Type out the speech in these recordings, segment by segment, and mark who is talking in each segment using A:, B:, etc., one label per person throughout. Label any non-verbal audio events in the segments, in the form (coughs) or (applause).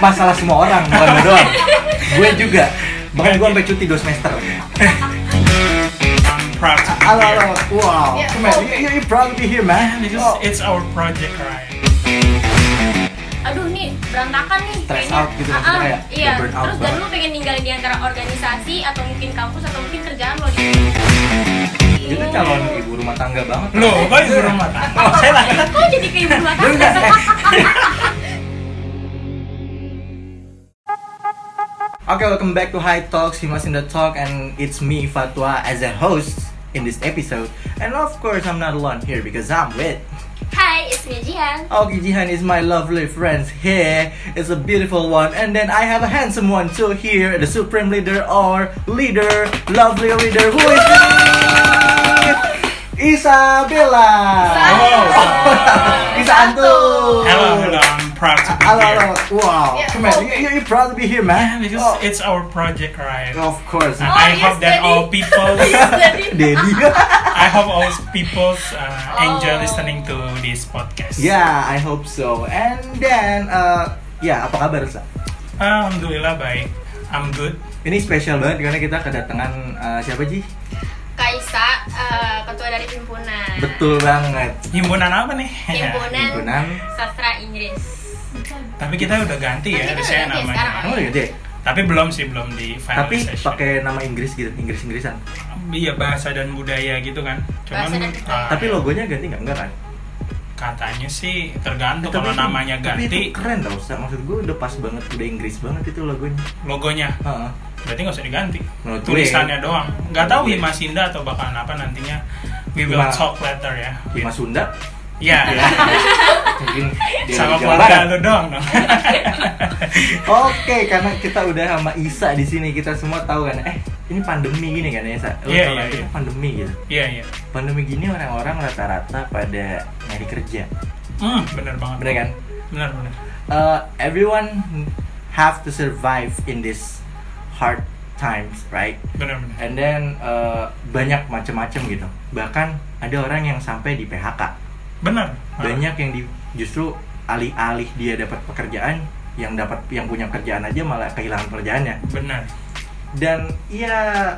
A: masalah semua orang bukan lu doang gue juga bahkan gue sampai cuti 2 semester
B: I'm proud to be
A: halo halo
B: here.
A: wow
C: Yeah,
A: come on
C: okay.
A: you, you proud to be here man
B: It's,
A: oh.
B: it's our project, Ryan.
C: aduh nih berantakan nih
A: Stress
C: kayaknya.
A: out gitu
C: Ah,
A: maksudnya
C: ah,
A: kayak
C: iya
A: burn out
C: terus dan
A: banget.
C: lu pengen ninggalin di antara organisasi atau mungkin kampus atau mungkin kerjaan lo Iya.
A: itu calon ibu rumah tangga banget (laughs)
B: Loh, kok ibu rumah (laughs) tangga? Saya lah.
C: kok jadi kayak ibu rumah
A: Lu
C: tangga
A: enggak, eh. Oke, welcome back to High Talks, Himas in the Talk, and it's me, Fatwa, as a host in this episode. And of course, I'm not alone here because I'm with
C: Hai, it's me Jihan
A: Aoki Jihan is my lovely friends here. It's a beautiful one, and then I have a handsome one too here, the supreme leader or leader, lovely leader who is Isabella.
B: Hello.
A: Isa Antu.
B: Hello, hello. I'm proud to be
A: Oh. Hello,
B: here.
A: hello. Wow.
C: Yeah,
A: Come on,
C: okay.
A: you, you're proud to be here, man.
B: It's,
A: Oh,
B: it's our project, Ryan.
A: of course. (laughs)
C: Oh,
B: I
C: yes,
B: hope that
C: Daddy.
B: all people,
A: Daddy.
B: I hope all people uh, enjoy
C: Oh.
B: listening to this podcast.
A: yeah, I hope so. And then, uh, ya, apa kabar, Sa?
B: Alhamdulillah baik. I'm good.
A: Ini spesial banget karena kita kedatangan uh, siapa, Ji?
C: Kaisa, eh, ketua dari himpunan
A: Betul banget. Gitu,
B: Himpunan apa nih?
C: Himpunan
A: Himpunan.
C: Sastra Inggris
B: Tapi kita udah ganti ya, biasanya
C: Tapi kita udah ganti
B: namanya.
C: sekarang.
A: Kamu udah gede?
B: Tapi belum sih, belum di
A: iya, Tapi
B: finalization.
A: pakai nama Inggris gitu, Inggris-Inggrisan.
B: Iya bahasa dan budaya gitu kan. Cuman
C: Bahasa dan budaya.
B: uh,
A: Tapi logonya ganti nggak? Enggak kan?
B: katanya sih
A: Eh,
B: tergantung
A: Tapi
B: kalau
A: itu-
B: namanya
A: Tapi itu
B: ganti
A: keren tau, Sa. Maksud gue udah pas banget, udah Inggris banget itu logonya.
B: logonya.
A: Heeh.
B: Berarti nggak usah diganti.
A: Menurut gue.
B: Tulisannya doang. Nggak tahu
A: Menurut gue.
B: Himasinda atau bakalan apa nantinya. We will
A: Gimana?
B: talk later ya.
A: Lima
B: (laughs)
A: Sunda.
B: Iya. (laughs)
A: Ya. Mungkin dia
B: Sama
A: di Jawa Barat.
B: keluarga lu doang dong. (laughs)
A: Oke, karena kita udah sama Isa di sini, kita semua tahu kan, eh ini pandemi gini kan ya, Isa? Lo
B: Iya,
A: tau
B: iya,
A: kan, kita
B: iya.
A: pandemi gitu.
B: Iya iya.
A: Pandemi gini orang-orang rata-rata pada nyari kerja,
B: Hmm, bener banget.
A: bener kan?
B: Bener bener.
A: Uh, everyone have to survive in this hard times, right?
B: Bener bener.
A: And then uh, banyak macam-macam gitu. Bahkan ada orang yang sampai di PHK.
B: Bener.
A: Banyak yang di, justru alih-alih dia dapat pekerjaan, yang dapat yang punya kerjaan aja malah kehilangan pekerjaannya.
B: Bener.
A: dan ya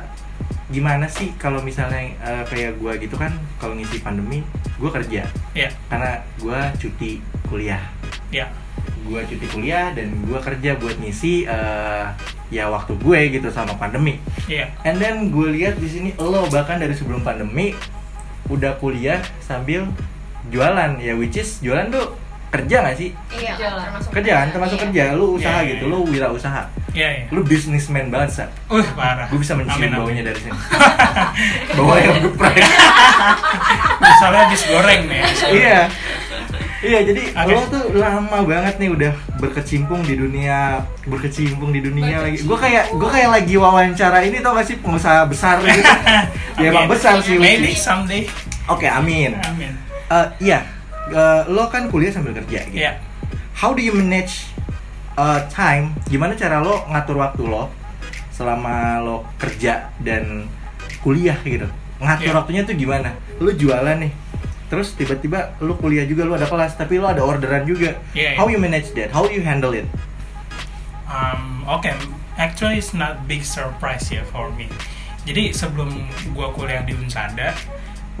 A: gimana sih kalau misalnya eh, kayak gua gitu kan kalau ngisi pandemi gua kerja
B: Iya
A: karena gua cuti kuliah
B: iya.
A: gua cuti kuliah dan gua kerja buat ngisi eh, ya waktu gue gitu sama pandemi
B: Iya.
A: and then gue lihat di sini lo bahkan dari sebelum pandemi udah kuliah sambil jualan ya which is jualan tuh kerja nggak sih
C: Iya,
D: Kerja lah.
C: termasuk
A: kerjaan termasuk
C: Iya.
A: kerja lu usaha
B: Iya, iya,
A: gitu
B: iya.
A: lu wirausaha
B: Iya iya.
A: lu bisnismen banget Sa.
B: Uh parah.
A: gue bisa mencium
B: Amin, amin.
A: baunya dari
B: (laughs)
A: sini bau ayam geprek
B: Misalnya habis goreng nih. habis goreng.
A: iya iya jadi
B: Oke.
A: lo tuh lama banget nih udah berkecimpung di dunia berkecimpung di dunia lagi gue kayak gue kayak lagi wawancara ini tau gak sih pengusaha
B: (laughs)
A: besar gitu ya emang
B: Iya, Amin.
A: besar sih
B: Maybe
A: oke
B: someday.
A: amin
B: Amin.
A: Eh, iya Eh, lo kan kuliah sambil kerja gitu
B: Iya.
A: how do you manage uh, time? Gimana cara lo ngatur waktu lo selama lo kerja dan kuliah gitu? Ngatur
B: Iya.
A: waktunya tuh gimana? Lo jualan nih. Terus tiba-tiba lo kuliah juga lo ada kelas tapi lo ada orderan juga.
B: Iya, iya.
A: How you manage that? How you handle it?
B: Um, Oke, actually it's not big surprise ya for me. Jadi sebelum gua kuliah di Unsada,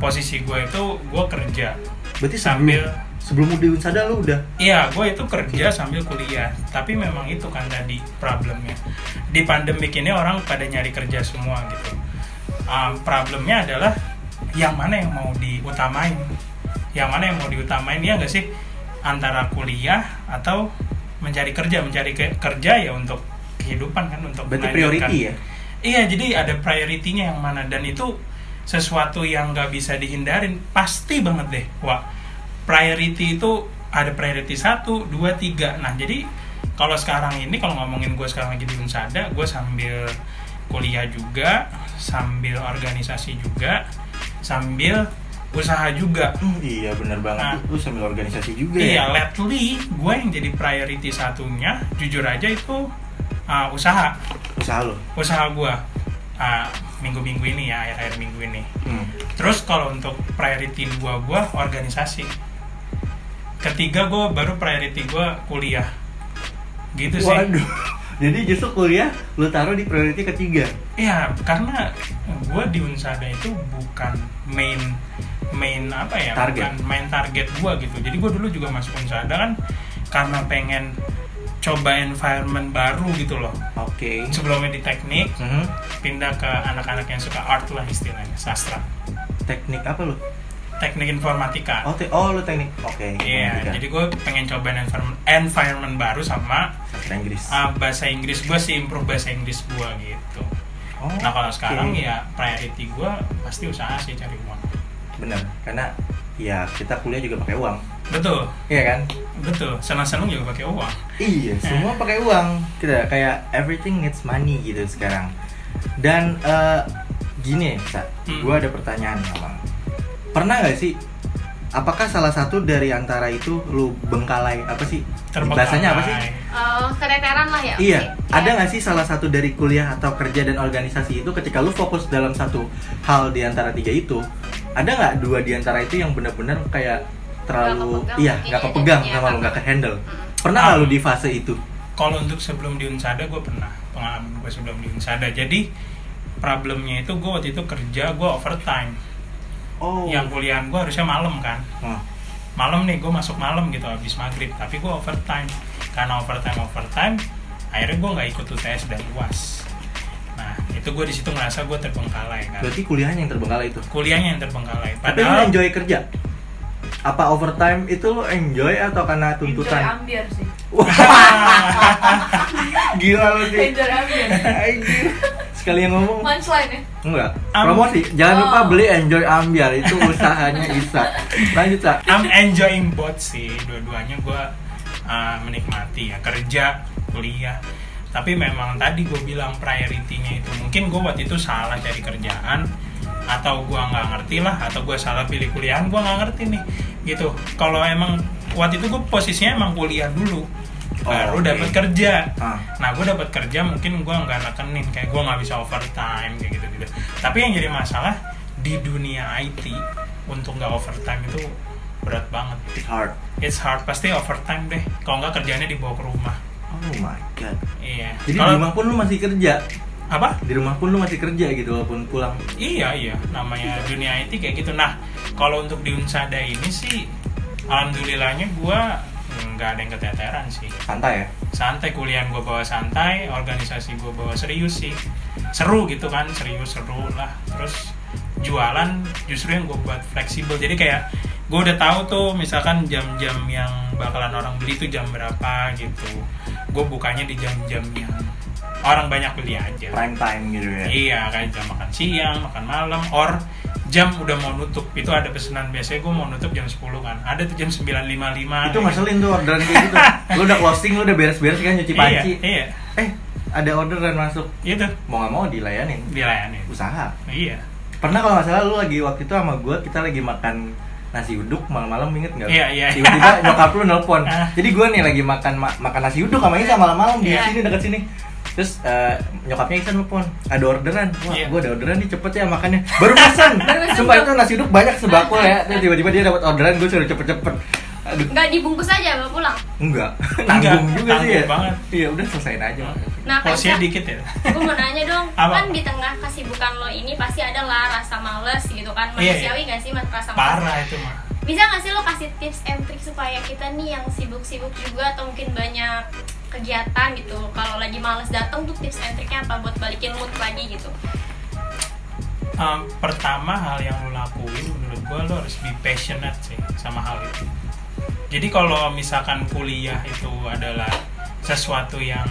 B: posisi gua itu gua kerja.
A: Berarti
B: Sambil-
A: sebelum sebelum di Unsada lo udah
B: Iya, gua itu kerja sambil kuliah. Tapi memang itu kan tadi problemnya. Di pandemik ini orang pada nyari kerja semua gitu. Um, problemnya adalah yang mana yang mau diutamain, yang mana yang mau diutamain ya nggak sih antara kuliah atau mencari kerja, mencari ke- kerja ya untuk kehidupan kan untuk
A: berarti
B: melanjutkan.
A: priority ya?
B: Iya, jadi ada priority-nya yang mana dan itu sesuatu yang nggak bisa dihindarin pasti banget deh. Wah, priority itu ada priority satu, dua, tiga. Nah, jadi kalau sekarang ini kalau ngomongin gue sekarang lagi di Unsada, gue sambil kuliah juga, sambil organisasi juga, sambil usaha juga.
A: Hmm, iya bener banget.
B: Nah.
A: Lo sambil organisasi juga
B: Iya,
A: ya?
B: lately gue yang jadi priority satunya, jujur aja itu uh, usaha,
A: Usaha lo.
B: usaha gue. Uh, minggu-minggu ini ya, akhir-akhir minggu ini.
A: Hmm.
B: Terus kalau untuk priority dua gua organisasi. Ketiga gua baru priority gua kuliah. gitu sih
A: Waduh. (laughs) Jadi justru kuliah lu taruh di priority ketiga.
B: ya karena gue di Unsada itu bukan main main apa ya
A: Target.
B: bukan main target gue gitu jadi gue dulu juga masuk Unsada kan karena pengen coba environment baru gitu loh
A: Oke.
B: sebelumnya di teknik
A: Mhm.
B: pindah ke anak-anak yang suka art lah istilahnya sastra
A: Teknik apa lu?
B: teknik informatika
A: Oh, te- oh lu teknik. Oke.
B: Iya, jadi gue pengen cobain environment, environment baru sama
A: bahasa Inggris.
B: uh, bahasa Inggris gue sih improve bahasa Inggris gue gitu.
A: Oh,
B: Nah kalau
A: oke.
B: sekarang ya priority gue pasti usaha sih cari uang.
A: benar karena ya kita kuliah juga pakai uang
B: Betul,
A: iya kan
B: betul. Senang-senang juga pakai uang. Eh.
A: iya semua pakai uang kita kayak everything needs money gitu sekarang dan eh, gini Sa,
B: Hmm.
A: gue ada pertanyaan abang pernah nggak sih apakah salah satu dari antara itu lu bengkalai apa sih
B: Terbengkalai.
A: bahasanya apa sih
C: Eh, keteteran lah ya
A: Iya,
C: Oke.
A: ada
C: Ya.
A: nggak sih salah satu dari kuliah atau kerja dan organisasi itu ketika lu fokus dalam satu hal di antara tiga itu, ada nggak dua di antara itu yang benar-benar kayak terlalu
C: kepegang
A: iya
C: mungkin
A: nggak
C: ya,
A: kepegang
C: dan
A: sama lu
C: iya,
A: nggak kehandle.
C: Mm-mm.
A: Pernah nggak lu di fase itu?
B: Kalau untuk sebelum di Unsada gue pernah pengalaman gue sebelum di Unsada. Jadi problemnya itu gue waktu itu kerja gue overtime.
A: Oh,
B: Yang kuliahan gue harusnya malam kan.
A: Nah,
B: malam nih gue masuk malam gitu habis maghrib tapi gue overtime karena overtime overtime akhirnya gue nggak ikut UTS dan UAS nah itu gue di situ ngerasa gue terbengkalai kan
A: berarti kuliahnya yang terbengkalai itu.
B: kuliahnya yang terbengkalai
A: Tapi lu
B: padahal
A: enjoy kerja? Apa overtime itu lu enjoy atau karena
D: Enjoy
A: (laughs)
C: ah.
A: tuntutan?
D: ambiar sih.
A: Gila lu sih.
D: Enjoy
A: (laughs)
D: ambiar.
A: Anjir. Sekali yang ngomong
D: Punchline ya.
A: Enggak.
B: Am-
A: Promosi. Jangan
D: Oh.
A: lupa beli Enjoy Ambiar itu usahanya Isa. Lanjut, Sa.
B: I'm enjoying both sih dua-duanya gue menikmati ya kerja kuliah tapi memang tadi gue bilang priority-nya itu mungkin gue waktu itu salah cari kerjaan atau gue nggak ngerti lah atau gue salah pilih kuliahan gue nggak ngerti nih gitu kalau emang waktu itu gue posisinya emang kuliah dulu
A: Oh,
B: baru
A: oke.
B: dapat kerja
A: Ah.
B: nah gue dapat kerja mungkin gue nggak nekenin kayak gue nggak bisa overtime kayak gitu gitu tapi yang jadi masalah di dunia IT untuk nggak overtime itu berat banget
A: It's hard.
B: it's hard pasti overtime deh kalau nggak kerjanya dibawa ke rumah
A: Oh my god.
B: iya
A: Jadi di
B: Kalau-
A: rumah pun lu masih kerja.
B: apa
A: Di rumah pun lu masih kerja gitu walaupun pulang.
B: iya iya namanya dunia IT kayak gitu nah kalau untuk di Unsada ini sih alhamdulillahnya gue nggak ada yang keteteran sih
A: Santai ya.
B: santai kuliah gue bawa santai organisasi gue bawa serius sih seru gitu kan serius seru lah terus jualan justru yang gue buat fleksibel jadi kayak gue udah tahu tuh misalkan jam-jam yang bakalan orang beli tuh jam berapa gitu gue bukanya di jam-jam yang orang banyak beli aja
A: Prime time gitu ya.
B: Iya, kayak jam makan siang, makan malam, or jam udah mau nutup. Itu ada pesanan biasanya gue mau nutup jam 10 kan. Ada tuh jam 9.55.
A: Itu ngeselin tuh orderan kayak
B: (laughs)
A: gitu. lu udah closing, lu udah beres-beres kan nyuci
B: Iya,
A: panci.
B: iya.
A: Eh, ada orderan masuk.
B: Itu
A: Mau nggak mau dilayanin.
B: dilayani.
A: Usaha.
B: Iya.
A: Pernah kalau nggak salah lu lagi waktu itu sama gue kita lagi makan nasi uduk malam-malam inget nggak?
B: Iya, iya. (laughs)
A: Tiba-tiba nyokap lu nelpon.
B: Ah.
A: Jadi gue nih lagi makan ma- makan nasi uduk sama Isa malam-malam di
B: Iya.
A: sini dekat sini. Terus eh, nyokapnya Isa nelpon, ada orderan. Wah,
B: Iya.
A: gue ada orderan nih cepet ya makannya. Baru pesan.
D: Baru pesan,
A: Sumpah
D: Bang.
A: itu nasi uduk banyak sebakul ya. Terus tiba-tiba dia dapat orderan, gue suruh cepet-cepet. Aduh,
C: nggak dibungkus aja bawa pulang
A: enggak. (laughs) Tanggung juga sih
B: tanggung
A: ya.
B: banget. Ah.
A: Iya, udah selesain aja.
C: nah Kak
B: Porsinya
C: Isa,
B: dikit ya.
C: gue mau nanya dong
B: Apa?
C: kan di tengah kesibukan lo ini pasti ada lah rasa males gitu kan
B: Iya,
C: manusiawi nggak sih mas rasa males
B: Parah itu mah.
C: bisa nggak sih lo kasih tips and trik supaya kita nih yang sibuk-sibuk juga atau mungkin banyak kegiatan gitu kalau lagi males datang tuh tips and triknya apa buat balikin mood lagi gitu
B: Em, pertama hal yang lo lakuin menurut gue lo harus be passionate sih sama hal itu. Jadi kalau misalkan kuliah itu adalah sesuatu yang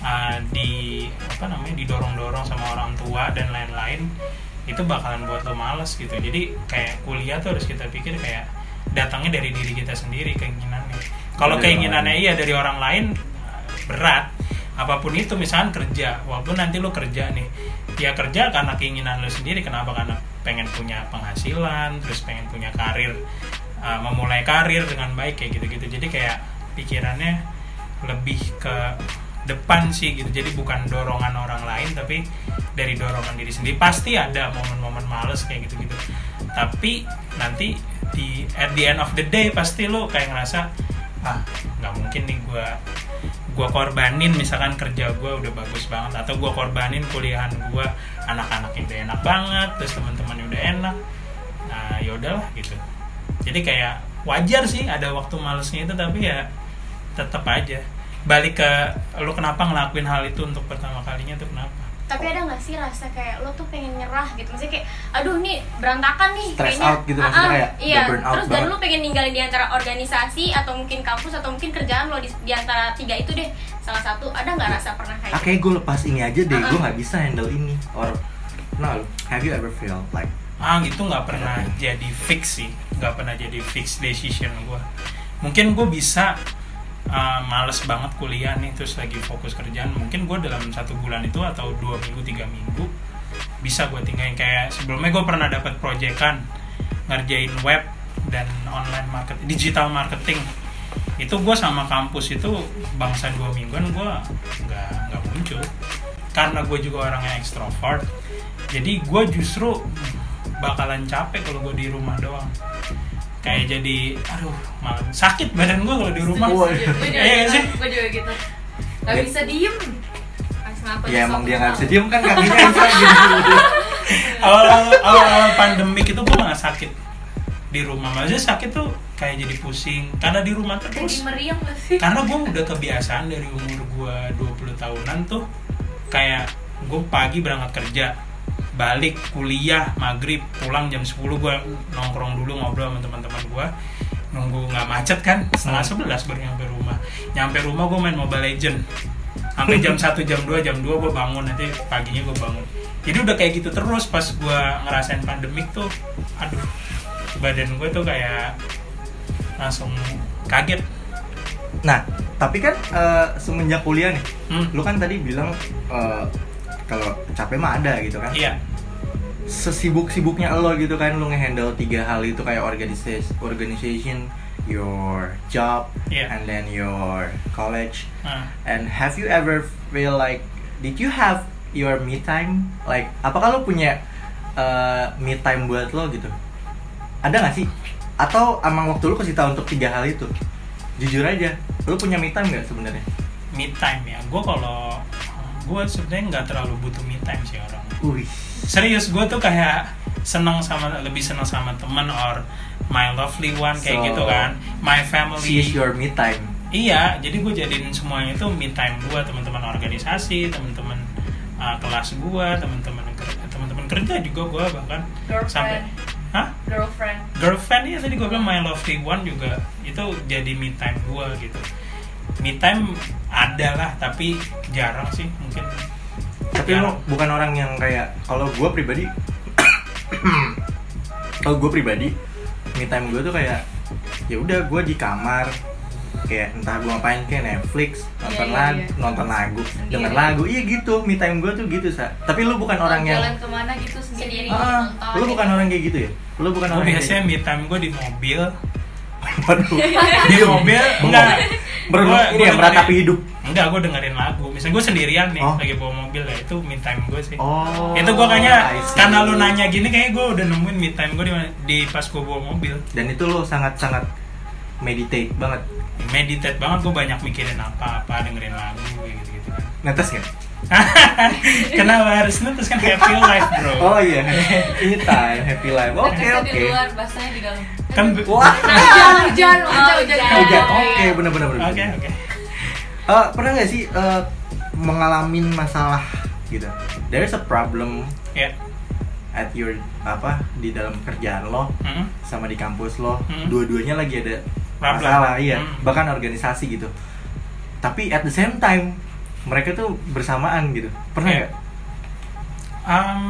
B: uh, di apa namanya didorong-dorong sama orang tua dan lain-lain itu bakalan buat lo males gitu. Jadi kayak kuliah tuh harus kita pikir kayak datangnya dari diri kita sendiri keinginannya. Kalau
A: Dari
B: keinginannya
A: orang
B: iya dari orang lain uh, berat apapun itu misalkan kerja walaupun nanti lo kerja nih ya kerja karena keinginan lo sendiri kenapa karena pengen punya penghasilan terus pengen punya karir uh, memulai karir dengan baik kayak gitu-gitu jadi kayak pikirannya lebih ke depan sih gitu jadi bukan dorongan orang lain tapi dari dorongan diri sendiri pasti ada momen-momen males kayak gitu-gitu tapi nanti di at the end of the day pasti lo kayak ngerasa ah nggak mungkin nih gue gue korbanin misalkan kerja gue udah bagus banget atau gue korbanin kuliahan gue anak-anaknya udah enak banget terus teman-temannya udah enak nah ya udahlah gitu jadi kayak wajar sih ada waktu malesnya itu tapi ya tetap aja balik ke lu kenapa ngelakuin hal itu untuk pertama kalinya tuh kenapa
C: tapi ada nggak sih rasa kayak lo tuh pengen nyerah gitu maksudnya kayak aduh nih berantakan nih
A: Stress
C: kayaknya
A: out gitu maksudnya
C: Ah, ah,
A: kayak
C: iya
A: udah burn out
C: terus dan
A: banget.
C: lo pengen ninggalin di antara organisasi atau mungkin kampus atau mungkin kerjaan lo di, di antara tiga itu deh salah satu ada nggak rasa pernah kayak
A: Oke, gue lepas ini aja deh.
C: Ah.
A: Gue nggak bisa handle ini. Or no, have you ever feel like
B: ah gitu nggak pernah jadi fix sih nggak pernah jadi fix decision gue mungkin gue bisa uh, males banget kuliah nih terus lagi fokus kerjaan mungkin gue dalam satu bulan itu atau dua minggu tiga minggu bisa gue tinggalin kayak sebelumnya gue pernah dapat proyekan ngerjain web dan online market digital marketing itu gue sama kampus itu bangsa dua mingguan gue nggak nggak muncul karena gue juga orang yang ekstrovert jadi gue justru bakalan capek kalau gue di rumah doang kayak jadi aduh malam sakit badan gue kalau di rumah
A: Wah.
B: (laughs)
D: Gue juga
B: Iya nggak
D: gitu,
B: sih?
D: gue juga gitu Gak
A: Ya.
D: bisa diem Pas ngapa
A: ya emang dia nggak
D: nyesel kenal.
A: bisa diem kan kakinya bisa gitu.
B: awal awal, awal pandemik itu gue nggak sakit di rumah maksudnya sakit tuh kayak jadi pusing karena di rumah
D: Jadi
B: terus
D: meriang gak sih?
B: karena gue udah kebiasaan dari umur gue 20 tahunan tuh kayak gue pagi berangkat kerja balik kuliah maghrib pulang jam 10 gue nongkrong dulu ngobrol sama teman-teman gue nunggu nggak macet kan setengah
A: Hmm.
B: 11 baru nyampe rumah nyampe rumah gue main mobile legend sampai jam 1 jam 2 jam 2 gue bangun nanti paginya gue bangun jadi udah kayak gitu terus pas gue ngerasain pandemik tuh aduh badan gue tuh kayak langsung kaget
A: Nah, tapi kan eh, semenjak kuliah nih,
B: Hmm.
A: lu kan tadi bilang eh, kalau capek mah ada gitu kan.
B: Iya,
A: Sesibuk-sibuknya lo gitu kan lu ngehandle tiga hal itu kayak organisasi, organization, your job,
B: Iya.
A: and then your college.
B: nah,
A: And have you ever feel like did you have your me time? Like apakah lo punya eh, me time buat lo gitu? Ada nggak sih? Atau emang waktu lu kasih tahu untuk tiga hal itu? Jujur aja, lu punya me time nggak sebenarnya?
B: me time ya. Gue kalau gue sebenarnya nggak terlalu butuh me time sih orang.
A: Wih,
B: Serius gue tuh kayak seneng sama lebih seneng sama temen or my lovely one kayak
A: So,
B: gitu kan, my
A: she
B: family.
A: is your me time.
B: Iya, jadi gue jadiin semuanya itu me time gue, teman-teman organisasi, teman-teman uh, kelas gue, teman-teman ker- teman-teman kerja juga gue bahkan
D: Girlfriend.
B: sampai, hah?
D: Girlfriend
B: girlfriend ya tadi gue bilang my lovely one juga itu jadi me time gue gitu me time ada lah tapi jarang sih mungkin
A: Tapi lu bukan orang yang kayak kalau gue pribadi, (coughs) kalau gue pribadi, me time gue tuh kayak ya udah gue di kamar kayak entah gue ngapain kayak Netflix nonton
D: Iya, iya,
A: lagu
D: iya.
A: nonton lagu
D: Sendiri.
A: denger lagu iya gitu me time gue tuh gitu sa tapi lu bukan orang yang
D: Jalan Oh, kemana gitu
C: Sendiri.
D: sendiri
A: Ah,
C: nonton.
A: lu bukan orang kayak gitu ya lu bukan
B: gue
A: orang kayak
B: biasanya me time gue di mobil
A: (laughs) gitu.
D: (laughs)
A: Waduh.
B: di mobil
A: Bengong.
B: enggak
A: Merenung
B: Gua-
A: ini
B: gua
A: ya meratapi
B: dengerin-
A: hidup
B: enggak gue dengerin lagu misalnya gue sendirian nih
A: Oh.
B: lagi bawa mobil ya itu me time gue sih
A: oh
B: itu gue kayaknya
A: I see.
B: karena lu nanya gini kayaknya gue udah nemuin me time gue di, di pas gue bawa mobil
A: dan itu lu sangat sangat meditate banget
B: meditate banget gue banyak mikirin apa-apa dengerin lagu gitu
A: (laughs)
B: gitu kan
A: netes nggak
B: Kenapa harus nutus kan happy life bro?
A: oh iya ini time happy life oke
D: Bahasanya
A: oke
D: di luar, bahasanya di dalam
B: Kan be- oke
A: wah
D: Hujan, hujan,
C: Oh,
D: hujan,
C: hujan.
D: (laughs)
A: oke oke bener-bener
B: oke.
A: bener. Eh, pernah nggak sih eh, mengalami masalah gitu there's a problem
B: Ya.
A: at your apa di dalam kerjaan lo
B: Mm-mm.
A: sama di kampus lo
B: Hmm.
A: dua-duanya lagi ada
B: Problem.
A: masalah iya
B: Hmm.
A: bahkan organisasi gitu tapi at the same time mereka tuh bersamaan gitu
B: Iya.
A: pernah nggak
B: Am,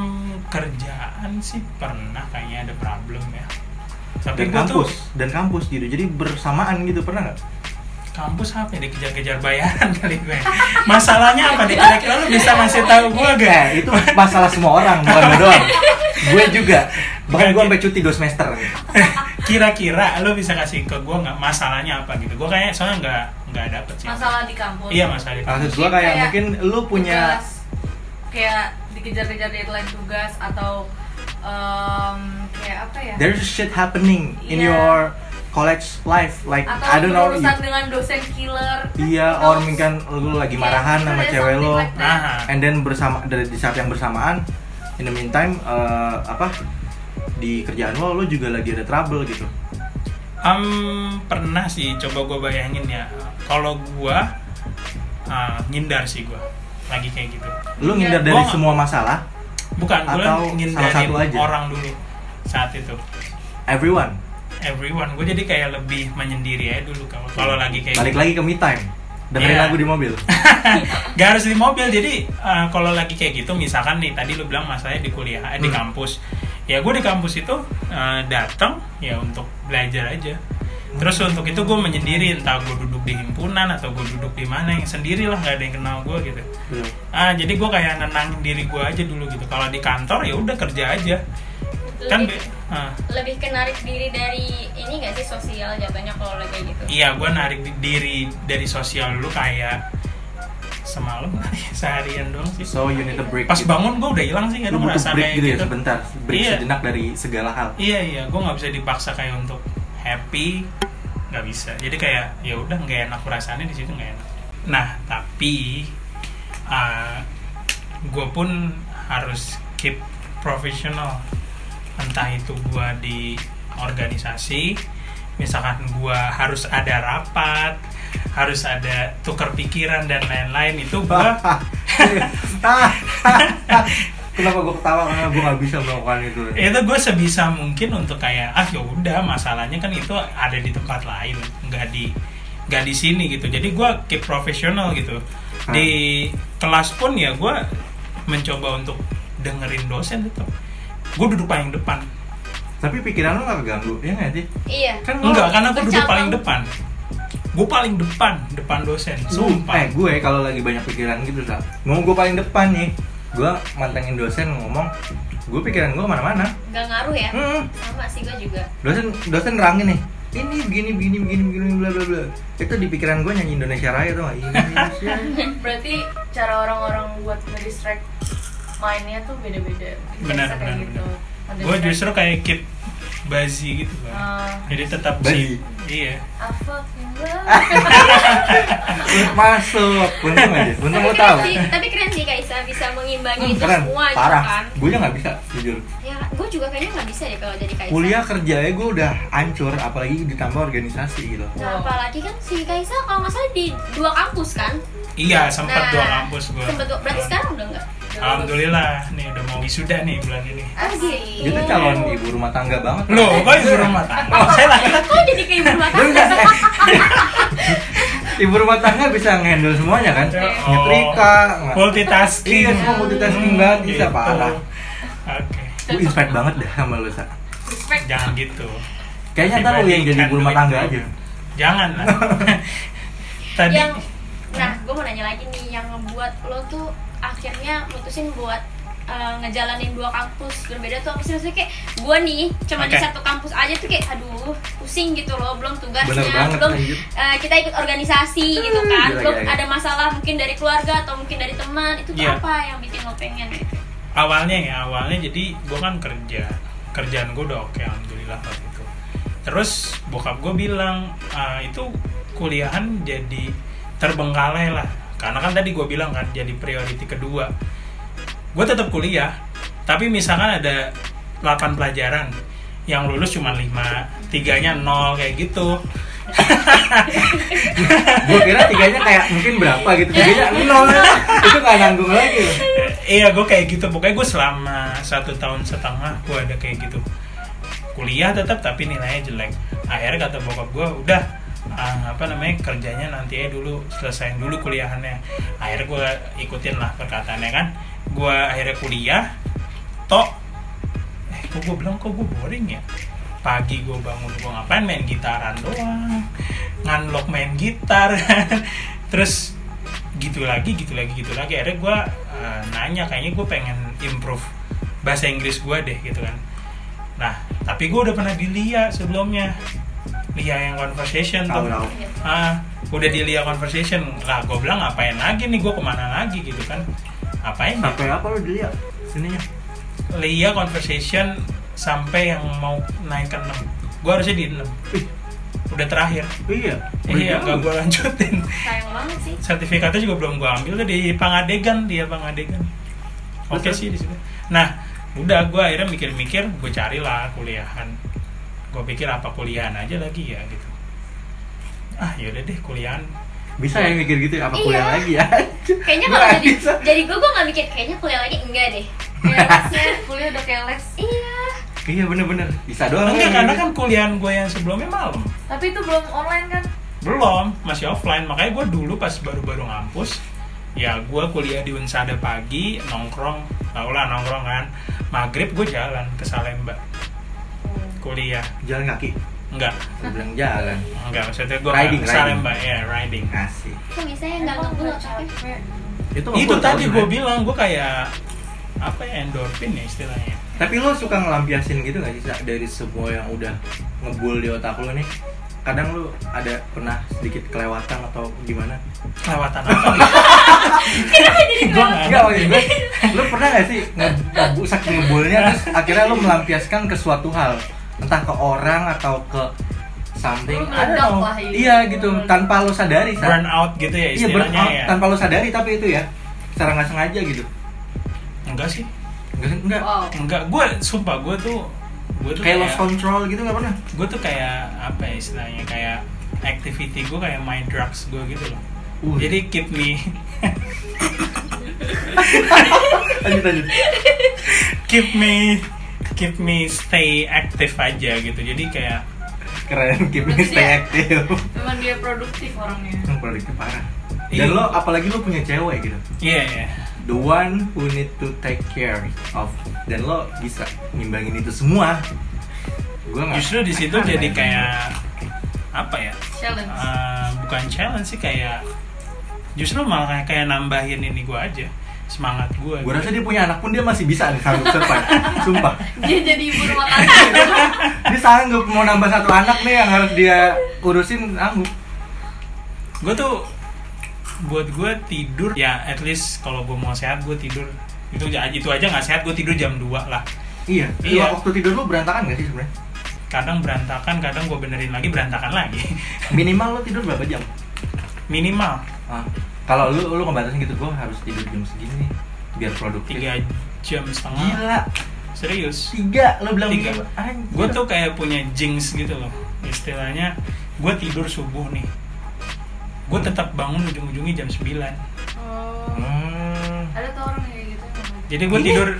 B: kerjaan sih pernah kayaknya ada problem ya.
A: dan
B: Tapi gue tuh
A: kampus dan kampus gitu jadi bersamaan gitu pernah nggak
B: kampus apa ya dikejar-kejar bayaran (laughs) kali gue. Masalahnya apa? Di kira-kira lu bisa masih tahu gue gak?
A: Eh, itu masalah semua orang bukan gue doang gue juga bahkan gue sampai cuti 2 semester
B: Kira-kira lu bisa kasih ke gue nggak masalahnya apa gitu? Gue kayaknya soalnya nggak nggak dapet sih.
D: Masalah di kampus
B: Iya masalah. di kampus.
A: maksud gue kayak mungkin lu punya
D: Gitu ya. Tugas. Kayak dikejar-kejar deadline tugas atau em, Kayak apa ya
A: there's shit happening in
D: Iya.
A: your college life like
D: atau
A: I don't know
D: berurusan
A: you-
D: dengan dosen killer
A: iya
D: Atau-
A: or mungkin lu lagi
D: Iya,
A: marahan sama
D: iya,
A: cewek
D: something
A: lo
D: like that.
B: Nah.
A: and then bersama dari di saat yang bersamaan in the meantime eh, apa di kerjaan lo lo juga lagi ada trouble gitu
B: Em, pernah sih coba gue bayangin ya kalau gue ngindar sih gue lagi kayak gitu
A: lu
D: Iya,
A: ngindar dari
B: gua-
A: semua masalah
B: bukan gue
A: Atau salah
B: ngindarin
A: satu aja?
B: orang dulu saat itu
A: everyone
B: everyone gue jadi kayak lebih menyendiri aja dulu kalau kalau lagi kayak
A: balik
B: gitu.
A: lagi ke me time dengerin
B: Iya.
A: lagu di mobil
B: Gak harus di mobil, jadi eh, kalau lagi kayak gitu, misalkan nih tadi lu bilang masalahnya di kuliah, eh, di
A: Hmm.
B: kampus. Ya gue di kampus itu eh, datang ya untuk belajar aja. Terus untuk itu gue menyendiri, entah gue duduk di himpunan atau gue duduk di mana yang sendiri lah, nggak ada yang kenal gue gitu.
A: Iya.
B: Ah jadi gue kayak nenangin diri gue aja dulu gitu. Kalau di kantor ya udah kerja aja. Kan
C: lebih,
B: be- ah.
C: lebih kenarik diri dari ini gak sih sosial jatuhnya kalau lagi kayak gitu
B: Iya, gue narik di- diri dari sosial dulu kayak semalam (laughs) kali, seharian doang sih.
A: so you need a break
B: Pas
A: gitu.
B: bangun gue udah hilang sih, gak
A: lu butuh
B: merasa
A: break
B: kayak
A: gitu ya
B: gitu.
A: sebentar break
B: Iya.
A: sejenak dari segala hal
B: Iya iya, gue nggak bisa dipaksa kayak untuk happy, nggak bisa. Jadi kayak ya udah nggak enak perasaannya di situ nggak enak. Nah tapi gue pun harus keep profesional. Entah itu gue di organisasi, misalkan gue harus ada rapat, harus ada tukar pikiran dan lain-lain itu gue
A: (laughs) kenapa gue ketawa karena gue gak bisa melakukan itu
B: itu gue Ya, sebisa mungkin untuk kayak ah ya udah masalahnya kan itu ada di tempat lain nggak di nggak di sini gitu jadi gue keep profesional gitu di kelas pun ya gue mencoba untuk dengerin dosen tetap gue duduk paling depan
A: tapi pikiran lu gak keganggu ya nggak sih
C: iya
A: kan lu-
B: enggak karena gue duduk
C: bercabang.
B: paling depan gue paling depan depan dosen
A: lu eh
B: sumpah
A: gue kalau lagi banyak pikiran gitu Sa. mau gue paling depan nih gue mantengin dosen ngomong gue pikiran gue kemana-mana
C: gak ngaruh ya
A: Hmm.
C: sama sih gue juga
A: dosen dosen nerangin nih ini begini begini begini begini bla bla bla itu di pikiran gue nyanyi Indonesia Raya tuh Indonesia
D: berarti cara orang-orang buat ngedistract mainnya tuh beda-beda Kita
B: Benar,
D: bisa kayak
B: benar,
D: gitu.
B: gue
D: Ngedistract.
B: justru kayak keep bazi gitu kan
D: Ah.
B: jadi tetap
A: Bazi.
B: sih iya
D: I fucking
A: (laughs)
D: love you.
A: masuk untung aja untung lo
C: tapi
A: tahu
C: keren, sih, tapi keren sih Kaisa bisa mengimbangi
A: Hmm,
C: itu
A: keren
C: semua gitu
A: parah
C: kan
A: gue nya nggak bisa jujur
C: ya gue juga kayaknya nggak bisa deh kalau jadi Kaisa
A: kuliah kerjanya gue udah hancur apalagi ditambah organisasi gitu
C: nah apalagi kan si Kaisa kalau nggak salah di dua kampus kan
B: iya sempat
C: Nah,
B: dua kampus gue
C: sempet dua- berarti sekarang udah enggak
B: Alhamdulillah, nih udah mau wisuda nih bulan ini.
A: Dia
C: Asik.
A: tuh calon ibu rumah tangga banget
B: Loh, kok ibu rumah tangga? Saya lagi (laughs)
C: kok jadi kayak ibu rumah
A: Lu
C: tangga
A: nggak- (laughs) eh, ibu rumah tangga bisa ngehandle semuanya kan
B: Oh.
A: nyetrika nge-
B: multitasking. Hmm, gitu.
A: Iya, semua multitasking banget, bisa, parah.
B: Oke,
A: gue inspired banget dah sama lu Sa.
D: respect
B: jangan gitu.
A: kayaknya ntar lu yang jadi ibu rumah tangga aja
B: Jangan
A: (laughs)
B: lah. Tadi
C: yang nah gue mau nanya lagi nih yang ngebuat lo tuh akhirnya mutusin buat eh, ngejalanin dua kampus berbeda tuh apa sih maksudnya kayak gue nih cuma di
B: Oke.
C: satu kampus aja tuh kayak aduh pusing gitu loh belum tugasnya
A: bener banget
C: belum
A: anjir. Hmm,
C: eh, kita ikut organisasi gitu kan
A: Gila,
C: belum
A: gila, gila.
C: ada masalah mungkin dari keluarga atau mungkin dari teman itu tuh
B: Iya.
C: apa yang bikin lo pengen gitu
B: awalnya ya, awalnya jadi gue kan kerja. Kerjaan gue udah oke, alhamdulillah kalau gitu. Terus bokap gue bilang "Ah, itu kuliahan jadi terbengkalai lah. Karena kan tadi gue bilang kan jadi priority kedua. gue tetap kuliah tapi misalkan ada 8 pelajaran yang lulus cuma 5 tiganya nol kayak gitu
A: gue kira tiganya kayak mungkin berapa gitu tiganya
C: (laughs)
A: nol itu nggak nanggung lagi loh.
B: iya gue kayak gitu pokoknya gue selama satu tahun setengah gue ada kayak gitu kuliah tetap tapi nilainya jelek akhirnya kata bokap gue udah ah, apa namanya kerjanya nanti aja dulu selesain dulu kuliahannya akhirnya gue ikutin lah perkataannya kan gue akhirnya kuliah tok eh kok gue bilang kok gue boring ya pagi gue bangun gue ngapain main gitaran doang nganlok main gitar (laughs) terus gitu lagi gitu lagi gitu lagi akhirnya gue nanya kayaknya gue pengen improve bahasa Inggris gue deh gitu kan nah tapi gue udah pernah di LIA sebelumnya LIA yang conversation
A: tahu
B: tuh
A: tahu
B: ah udah di LIA conversation lah gue bilang ngapain lagi nih gue kemana lagi gitu kan ngapain ya?
A: sampai apa lu dilihat sininya
B: LIA conversation sampai yang mau naik ke 6 gue harusnya di 6 udah terakhir
A: Iya.
B: iya
A: Beda.
B: gak gue lanjutin
C: sayang banget
A: (laughs)
C: sih
B: sertifikatnya juga belum gue ambil tuh di Pangadegan dia Pangadegan oke
A: Betul.
B: sih di situ nah udah gue akhirnya mikir-mikir gue carilah kuliahan gue pikir apa kuliahan aja lagi ya gitu ah yaudah deh kuliahan
A: Bisa ya mikir gitu ya, apa
C: Iya.
A: kuliah lagi ya? (laughs)
C: kayaknya
A: Gua
C: kalau
A: nggak
C: jadi
A: bisa.
C: jadi gue gue nggak mikir kayaknya kuliah lagi enggak deh
D: Kayak lesnya, kuliah udah kayak les
C: iya
A: iya bener-bener. Bisa doang.
B: enggak
A: ya,
B: karena
A: gitu.
B: kan kuliahan gue yang sebelumnya malam
D: Tapi itu belum online kan?
B: belum masih offline makanya gue dulu pas baru-baru ngampus ya gue kuliah di Unsada pagi nongkrong tau lah nongkrong kan maghrib gue jalan ke Salemba kuliah
A: jalan kaki.
B: enggak
A: Gua bilang jalan.
B: Enggak, maksudnya gue
A: Riding,
B: ke Salemba,
A: riding.
B: ya riding.
A: Asik.
C: kok bisa ya nggak
D: Emang
C: nggak
D: nggak
C: nggak capek
D: capek?
A: nggak
B: itu
A: perlu
B: tadi
A: tahu
B: gue
A: sebenarnya.
B: bilang gue kayak apa ya endorfin ya istilahnya.
A: Tapi lo suka ngelampiasin gitu gak sih Sa? dari semua yang udah ngebul di otak lo nih? Kadang lo ada pernah sedikit kelewatan atau gimana?
B: Kelewatan
A: (laughs)
B: apa? Gue
A: Enggak, maksud gue, lo pernah gak sih nge- ngebu saking ngebulnya terus akhirnya lo melampiaskan ke suatu hal, entah ke orang atau ke something,
D: Lo
A: ada
D: meledak lah, iya.
A: Iya gitu, tanpa lo sadari. Sa.
B: burn out gitu ya
A: Iya, burn
B: istilahnya
A: out,
B: ya.
A: tanpa lo sadari tapi itu ya, secara nggak sengaja gitu.
B: Enggak sih,
A: Enggak, enggak.
D: Wow.
B: enggak. Gue sumpah gue tuh gue tuh
A: Kayak
B: kayak,
A: lost control gitu nggak pernah?
B: gue tuh kayak apa ya istilahnya kayak activity gue kayak main drugs gue gitu loh.
A: Uh.
B: Jadi keep me (laughs)
A: lanjut lanjut.
B: keep me keep me stay active aja gitu. Jadi kayak
A: Keren, keep me
D: Berarti
A: stay
D: dia-
A: active.
D: Memang dia produktif orangnya.
A: Yang produktif parah.
B: Iya.
A: Dan lo apalagi lo punya cewek gitu.
B: iya iya.
A: The one who need to take care of. Dan lo bisa ngimbangin itu semua. Gue nggak.
B: justru di
A: I
B: situ
A: can't
B: jadi
A: imagine.
B: kayak apa ya
D: Challenge. (laughs)
B: eh, bukan challenge sih kayak justru malah kayak nambahin ini gua aja semangat gua
A: Gue rasa dia punya anak pun dia masih bisa nih sanggup survive. Sumpah.
D: Dia jadi ibu rumah
A: (laughs)
D: tangga.
A: Dia sanggup mau nambah satu anak nih yang harus dia urusin sanggup.
B: Gua tuh buat gua tidur ya at least kalau gua mau sehat gua tidur itu aja itu aja nggak sehat gua tidur jam 2 lah
A: Iya.
B: Iya.
A: Waktu tidur lo berantakan gak sih sebenarnya?
B: kadang berantakan kadang gua benerin lagi berantakan lagi (laughs)
A: Minimal lo tidur berapa jam?
B: minimal
A: Ah, kalau lu lu ngebatasin gitu gue harus tidur jam segini nih, biar produktif.
B: tiga jam setengah
A: Gila,
B: serius
A: tiga lo bilang
B: Tiga.
A: gitu. Anjir.
B: gue tuh kayak punya jinx gitu loh istilahnya gue tidur subuh nih gue tetap bangun ujung-ujungnya jam 9
D: Oh.
A: Hmm.
D: Ada tuh orang yang kayak gitu. yang nggak
B: jadi gue tidur (laughs)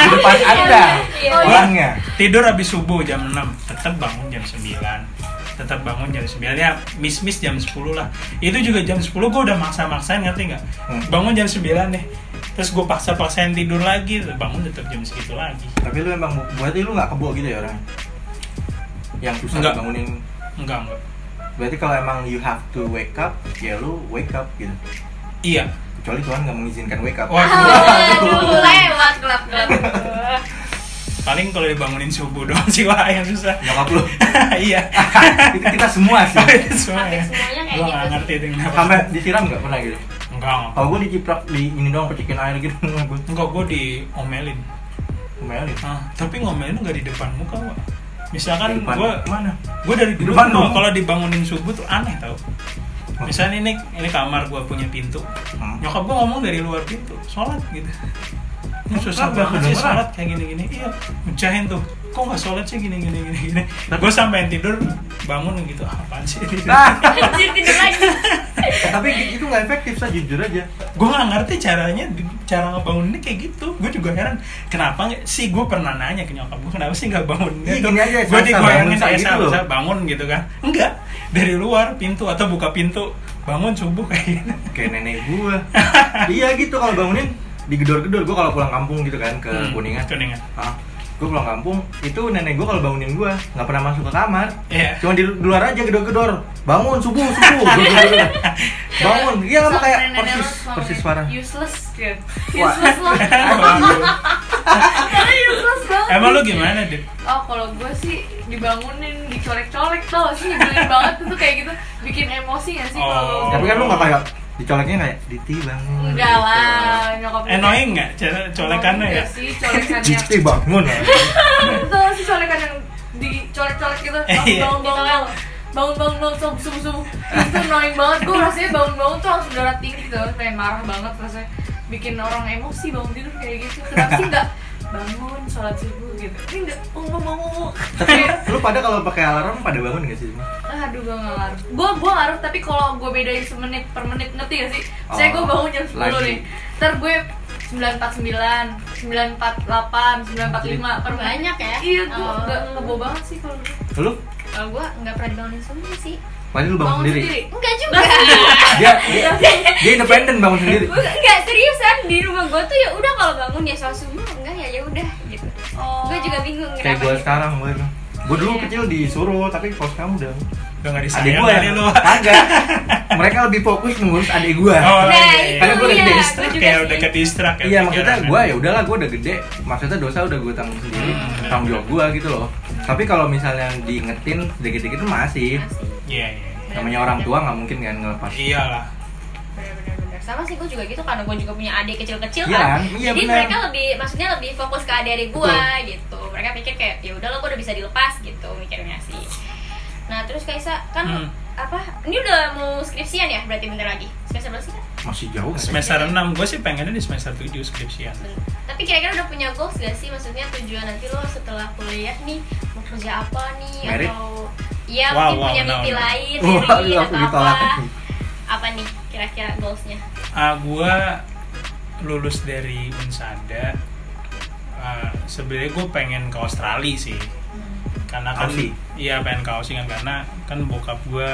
A: Di depan anda
C: Iya.
A: orangnya.
B: tidur habis subuh jam 6 tetap bangun jam 9 tetap bangun jam 9 ya miss miss jam 10 lah itu juga jam 10 gue udah maksa-maksain ngerti nggak
A: Hmm.
B: bangun jam 9 nih terus gue paksa-paksain tidur lagi bangun tetap jam segitu lagi
A: Tapi lu emang berarti lu nggak kebo gitu ya orangnya? Yang susah
B: Enggak.
A: bangunin.
B: enggak enggak
A: Berarti kalau emang you have to wake up, ya lu wake up gitu.
B: iya
A: Kecuali Tuhan nggak mengizinkan wake up.
B: Waduh,
C: aduh lewat gelap gelap
A: (laughs)
B: paling kalau dibangunin subuh doang sih wah yang susah (laughs)
A: Nyokap lu.
B: iya
A: Itu kita semua sih.
B: (laughs) Itu semua ya.
C: semuanya kayak
B: Gua nggak
C: gitu
B: ngerti
C: sih.
B: itu kenapa.
A: Sampai disiram nggak pernah gitu.
B: Enggak.
A: Kalau gue diciplak di ini doang pecikin air gitu (laughs) gue
B: Enggak, gue diomelin.
A: melin.
B: Ah, tapi ngomelin nggak di depan muka, Wak. Misalkan
A: Di depan
B: gue
A: mana?
B: gue dari
A: Di
B: dulu
A: depan
B: tuh
A: dong.
B: kalau dibangunin subuh tuh aneh tau. Misalnya ini ini kamar gue punya pintu.
A: Hmm.
B: Nyokap gue ngomong dari luar pintu, sholat gitu. Ini
A: Kan
B: susah
A: nggak
B: banget sih
A: kedengeran.
B: sholat kayak gini-gini. Iya, mecahin tuh. Kok nggak sholat sih gini-gini gini-gini. Gue sampein tidur bangun gitu "Ah, apaan
A: (laughs)
B: sih?
A: (laughs) Nah,
C: (laughs) anjir tidur lagi
A: tapi itu nggak efektif saya jujur aja
B: gue gak ngerti caranya cara ngebanguninnya kayak gitu gue juga heran kenapa nggak- sih gue pernah nanya ke nyokap gue kenapa sih nggak bangun
A: Iya, gini aja,
B: gue
A: Sasa,
B: digoyangin
A: bangun, Sa,
B: saya
A: gitu loh.
B: bangun gitu kan enggak dari luar pintu atau buka pintu bangun subuh kayak gitu.
A: kayak nenek gua iya gitu kalau bangunin digedor-gedor gua kalau pulang kampung gitu kan ke
B: Hmm,
A: kuningan
B: kuningan
A: ah gua pulang kampung itu nenek gua kalau bangunin gua nggak pernah masuk ke kamar
B: Iya.
A: cuma di di luar aja gedor-gedor bangun subuh subuh gedor-gedor. bangun iya sama
D: Sama
A: kayak
D: nenek
A: persis
D: lu suami
A: persis parah
D: Useless kan.
A: Wah.
D: Useless loh.
A: (laughs)
D: useless banget.
B: emang lu gimana deh
D: Oh kalau gue sih dibangunin, dicolek-colek tau sih nyebelin banget tuh kayak gitu bikin emosi gak sih
B: Oh.
D: kalau
A: tapi kan lu nggak kayak dicoleknya kayak Diti bangun
D: enggak lah nyokap gue
B: annoying nggak cara colekannya ya
D: Enggak sih colekannya
A: (laughs) Diti bangun
D: Itu tau sih colekan yang dicolek-colek gitu
A: Eh,
B: Iya.
C: kan?
D: bawang bawang bangun bangun bangun subuh subuh subuh itu annoying banget gue rasanya bangun bangun tuh langsung darah tinggi gitu kayak marah banget rasanya bikin orang emosi bangun tidur kayak gitu kenapa sih nggak bangun sholat subuh gitu ini nggak mau mau mau, mau
A: Tapi lu pada kalau pakai alarm pada bangun gak sih? Zuma?
D: aduh gue nggak ngaruh gue gue ngaruh tapi kalau gue bedain semenit per menit ngerti gak sih saya gue
A: Oh,
D: bangun jam 10
A: lagi.
D: nih ntar gue 949, 948, 945 per menit
C: Banyak ya?
D: iya gue
C: Oh.
D: nggak kebo banget sih kalau gitu. gue.
A: Lu?
C: Kalau gue nggak pernah dibangunin suami sih
A: Tadi lu bangun, sendiri.
C: Enggak juga (laughs)
A: Dia, dia, dia independen bangun sendiri.
C: Gua Enggak, seriusan di rumah gue tuh ya udah kalau bangun ya sholat subuh enggak ya ya udah gitu
D: oh.
C: Gue juga bingung
A: Kayak
C: kenapa
A: gue
C: gitu.
A: sekarang gue. Gue dulu
C: Iya.
A: kecil disuruh, tapi kalau sekarang udah.
B: Udah gak
A: Adik
B: disayang
A: gue
B: kali
A: (laughs)
B: lu (laughs)
A: Kagak. Mereka lebih fokus mengurus adik gue.
B: Oh,
C: Nah,
B: iya, iya.
C: itu
A: Karena gua udah
C: dia,
A: gede,
C: gua juga
B: Kayak
C: sih.
B: udah ke distract ya
A: Iya maksudnya
B: pikiran,
A: gue
B: kan?
A: ya udahlah gue udah gede maksudnya dosa udah gue tanggung sendiri
B: Hmm.
A: tanggung jawab gue gitu loh tapi kalau misalnya diingetin dikit-dikit tuh masih
C: Masih.
B: Iya, iya. iya.
A: namanya orang tua nggak mungkin kan ngelepas
B: Iyalah.
C: Bener-bener. sama sih gue juga gitu karena gue juga punya adik kecil-kecil
A: Iya,
C: kan
A: iya
C: jadi
A: bener.
C: mereka lebih maksudnya lebih fokus ke adik-adik gue gitu mereka pikir kayak ya udah lo gue udah bisa dilepas gitu mikirnya sih nah terus Kaisa kan
B: Hmm.
C: apa ini udah mau skripsian ya berarti bentar lagi semester berapa sih Kak?
A: masih jauh kan?
B: Semester 6 gue sih pengennya di semester 7 skripsian.
C: Ben- tapi kira-kira udah punya goals gak sih maksudnya tujuan nanti lo setelah kuliah nih mau kerja apa nih
A: Merit?
C: atau iya
B: Wow,
C: mungkin
B: wow,
C: punya
B: no,
C: mimpi
B: no.
C: lain
A: Wah, (laughs)
C: sendiri
A: langsung
C: atau
A: ditolak.
C: apa apa nih kira-kira goalsnya
B: Ah, gue lulus dari Unsada. Ah, Sebenarnya gue pengen ke Australia sih. Karena kan
A: Aussie?
B: iya pengen ke Aussie kan karena kan bokap gue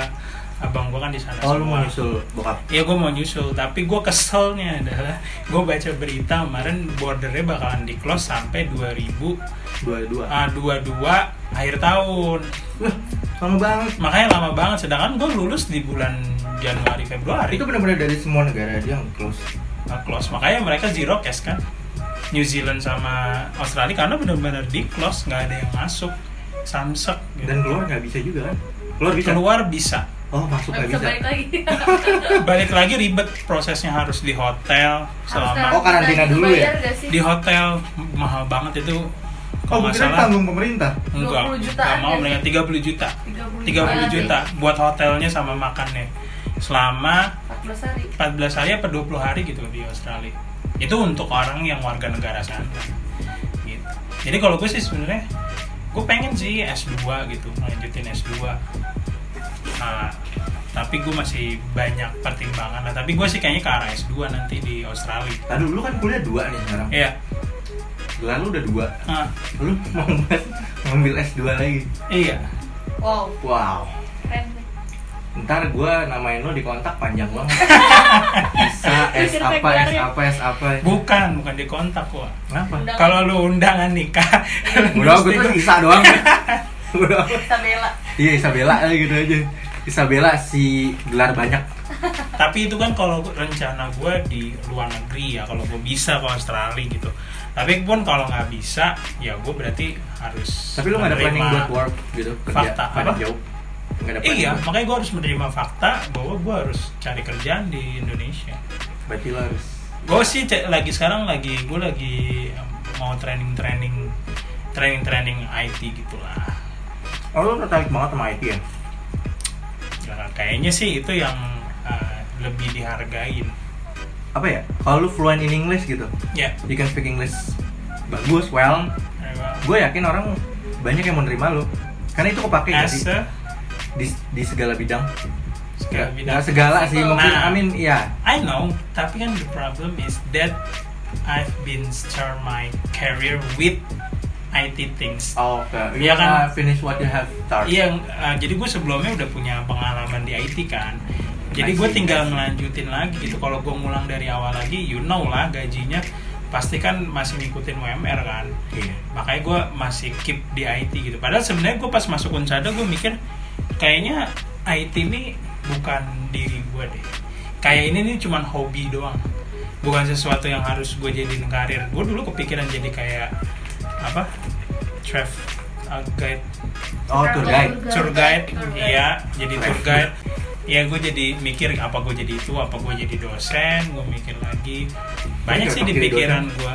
B: abang gue kan di sana
A: oh lu mau
B: semua.
A: nyusul bokap
B: Iya gue mau nyusul, tapi gue keselnya adalah gue baca berita kemarin bordernya bakalan di close sampai 2000
A: dua dua
B: ah, 22 akhir tahun.
A: sama banget
B: Makanya lama banget, sedangkan gue lulus di bulan Januari Februari
A: itu benar-benar dari semua negara dia yang close
B: nggak close. Makanya mereka zero cash kan. New Zealand sama Australia karena benar-benar di close nggak ada yang masuk samsek gitu.
A: dan keluar nggak bisa juga kan keluar bisa
B: keluar bisa
A: oh masuk nggak
D: nggak
A: bisa
D: bisa balik
A: (laughs)
D: lagi
B: balik lagi ribet prosesnya harus di hotel selama
A: Oh, karantina dulu ya?
B: di hotel mahal banget itu
A: oh
B: kalau nggak
A: mungkin
B: salah
A: tanggung pemerintah
B: enggak
D: 20 jutaan
B: enggak mau
D: kan?
B: mendingan 30 juta
D: 30
B: 30 juta buat hotelnya sama makannya selama
D: 14 hari
B: 14 hari apa 20 hari gitu di Australia itu untuk orang yang warga negara sana gitu jadi kalau gue sih sebenarnya gue pengen sih S2 gitu lanjutin S2 Nah, tapi gue masih banyak pertimbangan lah tapi gue sih kayaknya ke arah S2 nanti di Australia
A: Aduh, lu kan kuliah dua nih sekarang.
B: Iya,
A: Gelar lu udah dua.
B: ah,
A: Lu mau ngambil S2 lagi.
B: iya.
D: wow
A: Wow.
D: keren
A: ntar gue namain lo di kontak panjang banget
B: (laughs)
A: bisa
C: Lu
A: s apa
C: cerita
A: s
C: keluarnya.
A: apa s apa
B: Bukan, bukan di kontak gua.
A: kenapa
D: Undangan.
B: Kalau lu undangan nikah,
A: udah gue tuh Isa
B: (laughs)
A: doang udah
D: Isabella
A: iya Isabella aja gitu aja Isabella si gelar banyak
B: tapi itu kan kalau gua- rencana gue di luar negeri ya kalau gue bisa ke Australia gitu tapi pun kalau nggak bisa ya gue berarti harus
A: tapi lu nggak ada
B: menerima-
A: planning buat work gitu kerja
B: Fakta,
A: pada
B: apa?
A: jauh nggak ada planning
B: iya
A: buat-
B: makanya gue harus menerima fakta bahwa gue harus cari kerjaan di Indonesia
A: berarti lo harus
B: gue sih ce- lagi sekarang lagi gue lagi em, mau training training training training IT gitulah
A: oh lu tertarik banget sama IT ya
B: Ya, kayaknya sih itu yang eh, lebih dihargain
A: apa ya kalau lu fluent in English gitu
B: ya
A: you can speak English bagus well gue yakin orang banyak yang menerima lu karena itu kepake nggak sih?
B: as a-
A: di, di segala bidang Nggak-
B: segala bidang.
A: nggak segala sih mungkin
B: Nah.
A: amin iya
B: I know, tapi kan the problem is that I've been start my career with IT things.
A: Oh, oke.
B: Iya kan?
A: Uh, finish what you have start.
B: Iya, uh, jadi gue sebelumnya udah punya pengalaman di IT kan. Jadi gue
A: I see, I
B: tinggal
A: see.
B: ngelanjutin lagi gitu. Kalau gue ngulang dari awal lagi, you know lah gajinya pasti kan masih ngikutin UMR kan.
A: Iya.
B: Makanya gue masih keep di IT gitu. Padahal sebenarnya gue pas masuk Unsada gue mikir kayaknya IT ini bukan diri gue deh. Kayak ini nih cuman hobi doang. Bukan sesuatu yang harus gue jadiin karir. Gue dulu kepikiran jadi kayak apa? Chef uh, guide
A: Oh, tour guide.
B: tour guide
D: Tour guide.
B: iya jadi tour guide ya gue jadi mikir apa gue jadi itu apa gue jadi dosen gue mikir lagi banyak sih di
A: Jadi
B: pikiran gue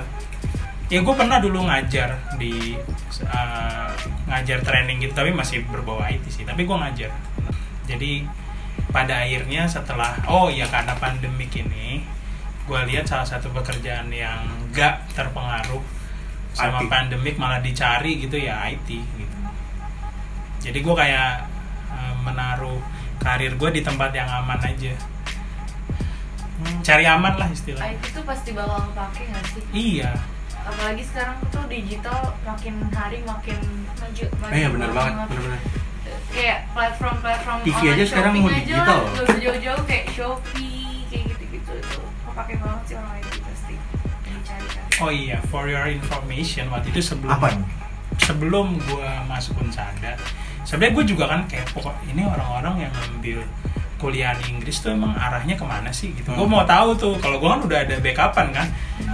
B: ya gue pernah dulu ngajar eh, di uh, ngajar training gitu tapi masih berbau IT sih tapi gue ngajar jadi pada akhirnya setelah oh ya karena pandemik ini gue lihat salah satu pekerjaan yang gak terpengaruh sama
A: IT.
B: pandemik malah dicari gitu ya IT gitu jadi gue kayak eh, menaruh karir gue di tempat yang aman aja Hmm, cari aman lah istilahnya
D: IT tuh pasti bakal kepake nggak sih?
B: iya
D: Apalagi sekarang tuh digital makin hari makin maju. maju
A: Eh, iya benar
D: makin
A: banget,
D: maju.
A: benar-benar.
D: Kayak platform-platform
A: TV
D: online
A: aja sekarang
D: shopping
A: mau
D: aja
A: digital.
D: lah, Nggak usah jauh-jauh kayak Shopee kayak gitu-gitu itu kepake banget sih orang IT pasti. Dicari-cari.
B: oh iya for your information waktu itu sebelum
A: Apa nih?
B: sebelum gua masuk Unsada sebenarnya gue juga kan kepo kok, ini orang-orang yang ngambil kuliah di Inggris tuh emang arahnya kemana sih gitu gue
A: Hmm.
B: mau tahu tuh kalau gue kan udah ada backupan kan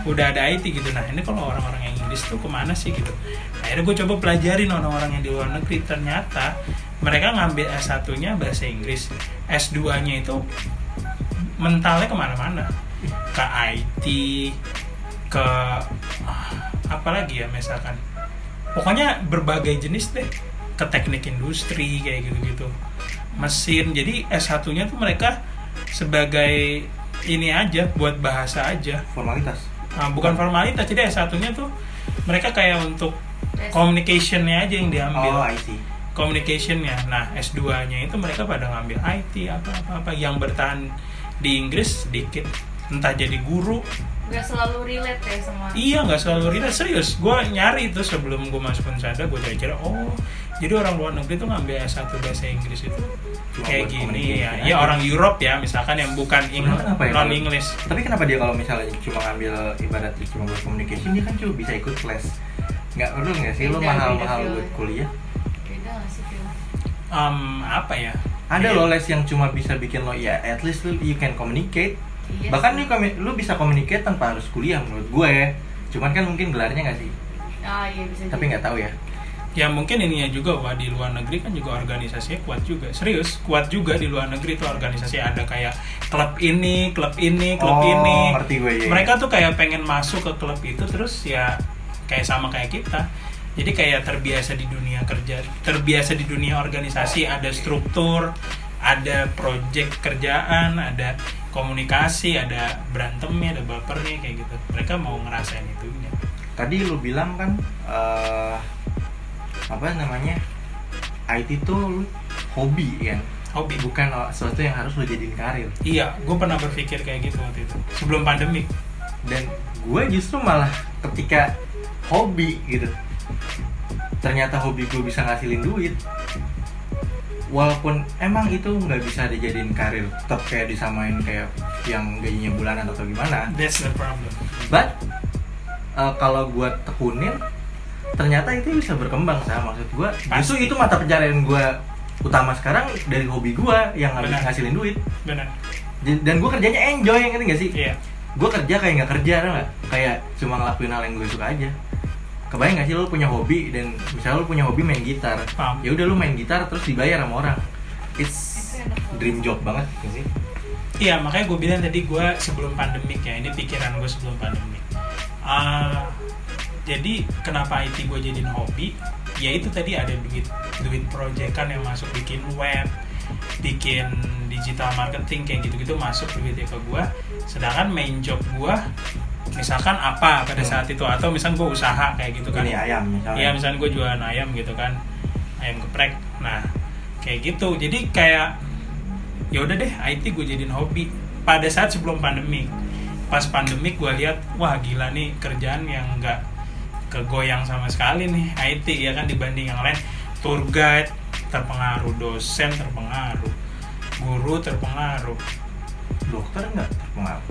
B: udah ada IT gitu nah ini kalau orang-orang yang Inggris tuh kemana sih gitu akhirnya gue coba pelajarin orang-orang yang di luar negeri ternyata mereka ngambil S1 nya bahasa Inggris S2 nya itu mentalnya kemana-mana ke IT ke ah, apa lagi ya misalkan pokoknya berbagai jenis deh ke teknik industri kayak gitu-gitu mesin jadi S1 nya tuh mereka sebagai ini aja buat bahasa aja
A: Formalitas.
B: Ah, bukan formalitas jadi S1 nya tuh mereka kayak untuk
D: Tes.
B: communication-nya aja
A: Oh,
B: yang
A: I
B: diambil
A: see.
B: communication-nya nah S2 nya itu mereka pada ngambil IT apa-apa yang bertahan di Inggris sedikit entah jadi guru
D: Nggak selalu relate ya sama.
B: Iya nggak selalu relate serius. Gue nyari itu sebelum gue masuk Unsada gue cari-cari. Oh jadi orang luar negeri tuh ngambil S1 bahasa Inggris itu
A: Cuma
B: kayak
A: buat
B: gini ya.
A: communication
B: Ya
A: aja.
B: orang Europe ya misalkan yang bukan Eng-
A: Sebenarnya kenapa ya?
B: non Iya, English.
A: Tapi kenapa dia kalau misalnya cuma ngambil ibaratnya cuma buat communication dia kan cuma bisa ikut les. Nggak perlu nggak sih lo
D: Beda,
A: mahal-mahal
D: beda
A: buat
D: field.
A: kuliah?
D: Beda nggak sih Phil?
B: Um, apa ya?
A: Ada
B: Kayak-
A: lo les yang cuma bisa bikin lo ya at least lo, you can communicate.
D: Iya
A: Bahkan
D: sih.
A: lu komi- lu bisa communicate tanpa harus kuliah menurut gue ya. Cuman kan mungkin gelarnya nggak sih?
D: Ah iya bisa.
A: Tapi
D: jadi.
A: nggak tahu ya.
B: Ya mungkin ininya juga wah di luar negeri kan juga organisasinya kuat juga. Serius kuat juga di luar negeri itu organisasi ada kayak klub ini, klub ini, klub
A: Oh,
B: ini.
A: ngerti gue, iya, iya.
B: Mereka tuh kayak pengen masuk ke klub itu terus ya kayak sama kayak kita. Jadi kayak terbiasa di dunia kerja, terbiasa di dunia organisasi ada struktur, ada project kerjaan, ada komunikasi, ada berantemnya, ada bapernya kayak gitu. Mereka mau ngerasain ya. itunya.
A: Tadi lu bilang kan eh, apa namanya? IT tuh lu hobi kan.
B: Hobi
A: Bukan oh, sesuatu yang harus lu jadiin karir.
B: Iya, gue pernah berpikir kayak gitu waktu itu sebelum pandemi.
A: dan gue justru malah ketika hobi gitu ternyata hobi gue bisa ngasilin duit walaupun emang itu nggak bisa dijadiin karir tetap kayak disamain kayak yang gajinya bulanan atau gimana
B: That's the problem.
A: but eh, kalau gue tekunin ternyata itu bisa berkembang sama maksud gue justru
B: Pasti.
A: itu mata pencarian gue utama sekarang dari hobi gue yang habis
B: Benar.
A: ngasilin duit
B: Benar.
A: dan gue kerjanya enjoy ngerti gak sih
B: Iya.
A: gue kerja kayak nggak kerja tau nggak kayak cuma ngelakuin hal yang gue suka aja kebayang nggak sih lo punya hobi dan misalnya lo punya hobi main gitar
B: Paham.
A: ya udah lo main gitar terus dibayar sama orang it's
D: Itu enak banget.
A: dream job banget nggak sih
B: Iya, makanya gue bilang tadi gue sebelum pandemik ya. Ini pikiran gue sebelum pandemik. Ah, jadi kenapa IT gue jadiin hobi? Ya itu tadi ada duit duit proyekan yang masuk bikin web, bikin digital marketing kayak gitu-gitu masuk duitnya ke gue. Sedangkan main job gue misalkan apa pada
A: Hmm.
B: saat itu atau misalkan gue usaha kayak gitu kan.
A: ini ayam misalnya
B: Iya misalnya gue jualan ayam gitu kan ayam geprek nah kayak gitu jadi kayak ya udah deh IT gue jadiin hobi pada saat sebelum pandemi pas pandemi gue lihat wah gila nih kerjaan yang nggak kegoyang sama sekali nih IT ya kan dibanding yang lain tour guide terpengaruh dosen terpengaruh guru terpengaruh
A: dokter nggak terpengaruh